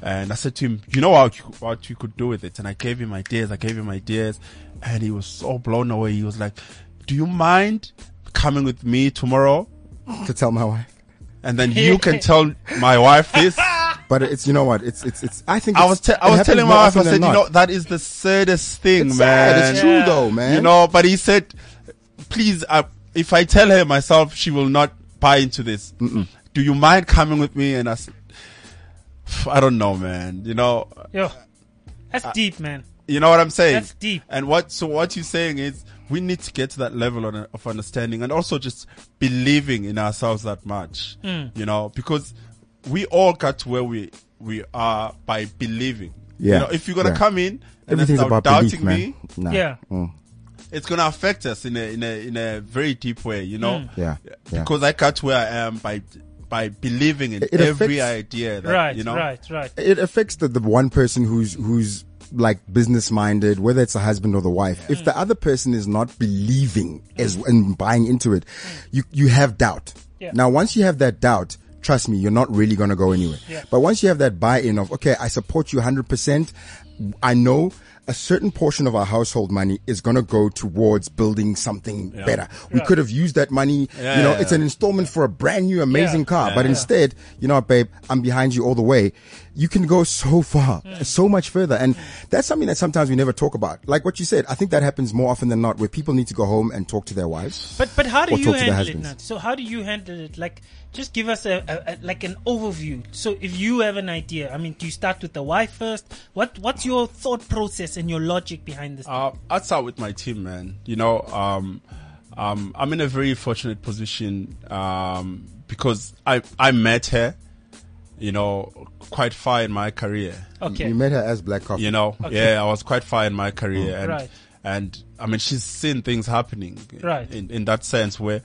And I said to him, "You know what you, what you could do with it?" And I gave him ideas. I gave him ideas, and he was so blown away. He was like, "Do you mind coming with me tomorrow?"
to tell my wife.
And then you can tell my wife this.
But it's you know what it's it's it's I think
I
it's-
was te-
it
I was
happens
telling
more
my wife. I
often
said,
than
you
not.
know, that is the saddest thing,
It's
man.
sad. It's true
Yeah.
though, man.
You know, but he said, please, uh, if I tell her myself, she will not buy into this. Do you mind coming with me? And I, s- I don't know, man. You know,
Yo, that's
Uh,
deep, man.
you know what I'm saying?
That's deep.
And what so what you're saying is we need to get to that level on, of understanding and also just believing in ourselves that much.
Mm.
You know, because we all got to where we we are by believing.
Yeah.
You know, if you're gonna
Yeah.
come in and then
everything's
start
about
doubting
belief, man.
me,
Nah.
Yeah.
Mm.
it's gonna affect us in a in a in a very deep way. You know,
Mm.
Yeah. Yeah.
because I got to where I am by by believing in
It affects-
every idea. That,
Right,
You know.
right, right.
it affects the, the one person who's who's like business minded, whether it's the husband or the wife. If the other person is not believing as and buying into it, you you have doubt.
Yeah.
Now, once you have that doubt, trust me, you're not really gonna go anywhere. But once you have that buy-in of okay, I support you 100. percent I know. A certain portion of our household money is going to go towards building something better. We could have used that money.
Yeah,
you know,
yeah,
it's an installment for a brand new, amazing
Yeah.
car. Ah, but instead, you know, what, babe, I'm behind you all the way. You can go so far,
Hmm.
so much further. And that's something that sometimes we never talk about. Like what you said, I think that happens more often than not where people need to go home and talk to their wives.
But but how do
Or
you
talk to the
handle it
husbands.
now? So how do you handle it? Like, just give us a, a, a like an overview. So if you have an idea, I mean, do you start with the why first? What what's your thought process and your logic behind this?
Uh, I'd start with my team, man. You know, um, um, I'm in a very fortunate position um, because I I met her, you know, quite far in my career.
okay,
You met her as black coffee.
You know, yeah, I was quite far in my career, and
Oh, Right.
and I mean, she's seen things happening,
Right.
In in that sense, where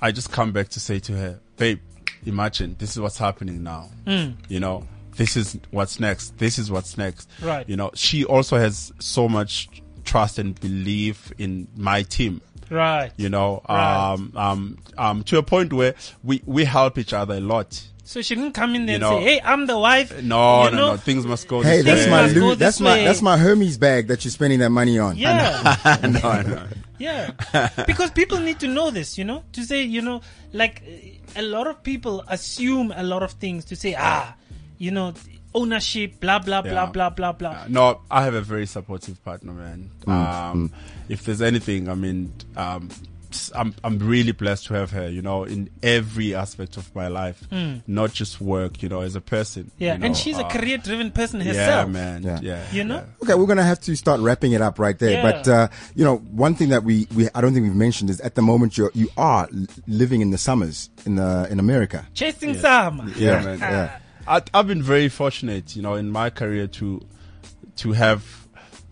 I just come back to say to her, babe, imagine this is what's happening now.
Hmm.
You know, this is what's next. This is what's next.
Right.
You know, she also has so much trust and belief in my team
right.
you know
Right.
um, um, um, to a point where we, we help each other a lot
So she didn't come in there
You
and
know- uh,
say, "Hey, I'm the wife."
no
you
no
know?
no things must go
Hey,
this
that's
way.
my
Let's go
loot. That's
this
my
way.
that's my Hermes bag that you're spending that money on.
Yeah.
No, I know. (laughs)
Yeah, because people need to know this, you know, to say, you know, like uh, a lot of people assume a lot of things to say, ah, you know, ownership, blah blah blah
Yeah.
blah blah blah.
Uh, no i have a very supportive partner man
Mm,
um, if there's anything i mean um, s- I'm, I'm really blessed to have her you know in every aspect of my life not just work you know as a person
Mm. yeah,
you know,
and she's
uh,
a career-driven person
yeah
herself.
man
Yeah.
yeah,
You know?
Okay, we're gonna have to start wrapping it up right there.
Yeah.
But uh, you know, one thing that we, we I don't think we've mentioned is at the moment you you are l- living in the summers in the in America.
Chasing Sama.
yeah, man.
Ah.
Yeah.
I, I've been very fortunate, you know, in my career to to have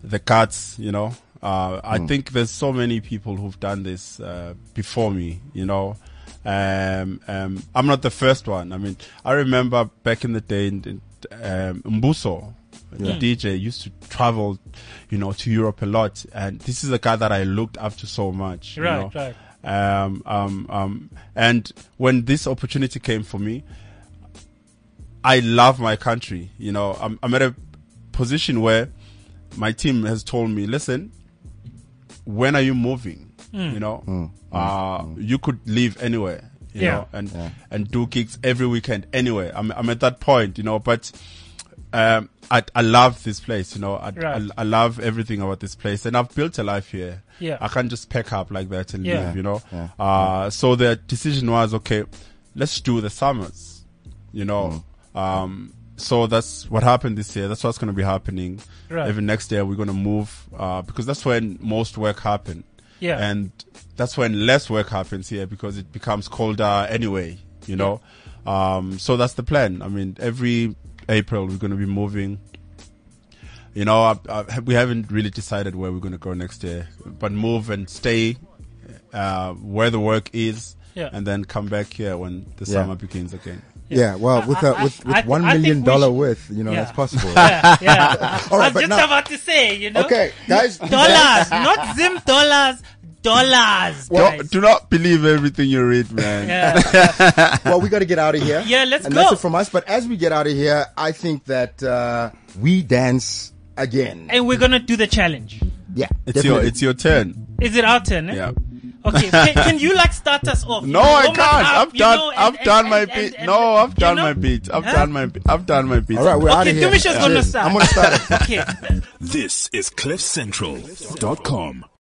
the guts, you know. Uh, I think there's so many people who've done this uh, before me, you know. Um, um, I'm not the first one. I mean, I remember back in the day, in, in, um, Mbuso, the DJ, used to travel, you know, to Europe a lot, and this is a guy that I looked up to so much. you
Right,
know.
right.
Um, um, um, and when this opportunity came for me, I love my country. You know, I'm, I'm at a position where my team has told me, listen, when are you moving?
Hmm.
You know, uh, you could live anywhere, you
Yeah.
know, and, and do gigs every weekend anywhere. I'm, I'm at that point, you know, but, um, I, I love this place, you know, I,
Right.
I, I love everything about this place and I've built a life here.
Yeah.
I can't just pack up like that and
Yeah.
leave, you know? Uh, so the decision was, okay, let's do the summers you know. Um, so that's what happened this year. That's what's going to be happening.
Right.
Even next year, we're going to move uh, because that's when most work happen.
Yeah.
And that's when less work happens here because it becomes colder anyway. You know. Um, so that's the plan. I mean, every April we're going to be moving. You know, I, I, we haven't really decided where we're going to go next year, but move and stay uh, where the work is,
Yeah.
and then come back here when the
Yeah.
summer begins again.
Yeah, well, with a,
I-
with,
I-
with
I-
one
I think
million
we
dollar
should-
worth, you know,
Yeah.
that's
(laughs)
possible.
yeah,
(laughs)
yeah.
All right,
I was
but
just
now-
about to say, you know,
Okay,
(laughs)
guys.
dollars, not Zim dollars, dollars,
Don't-
guys.
do not believe everything you read, man.
Yeah.
well, we got to get out of here.
(laughs) Yeah, let's
and
go.
That's it from us. But as we get out of here, I think that uh, we dance again.
and we're gonna do the challenge.
yeah,
(laughs) It's
definitely.
your it's your turn.
Is it our turn? eh?
Yeah.
Okay. Can, can you like start us off?
(laughs) No,
You
I
warm us
can't.
up,
I've
uh, you
done
know, and-
I've
and-
done
and-
my
and-
beat.
and-
No, I've
you
done
know?
my beat. I've
Huh?
done my be- I've done my beat.
All right, we're out
Okay,
of here.
Dumisha's gonna (laughs)
Cheers.
start.
I'm gonna start it.
Okay.
This is CliffCentral.com.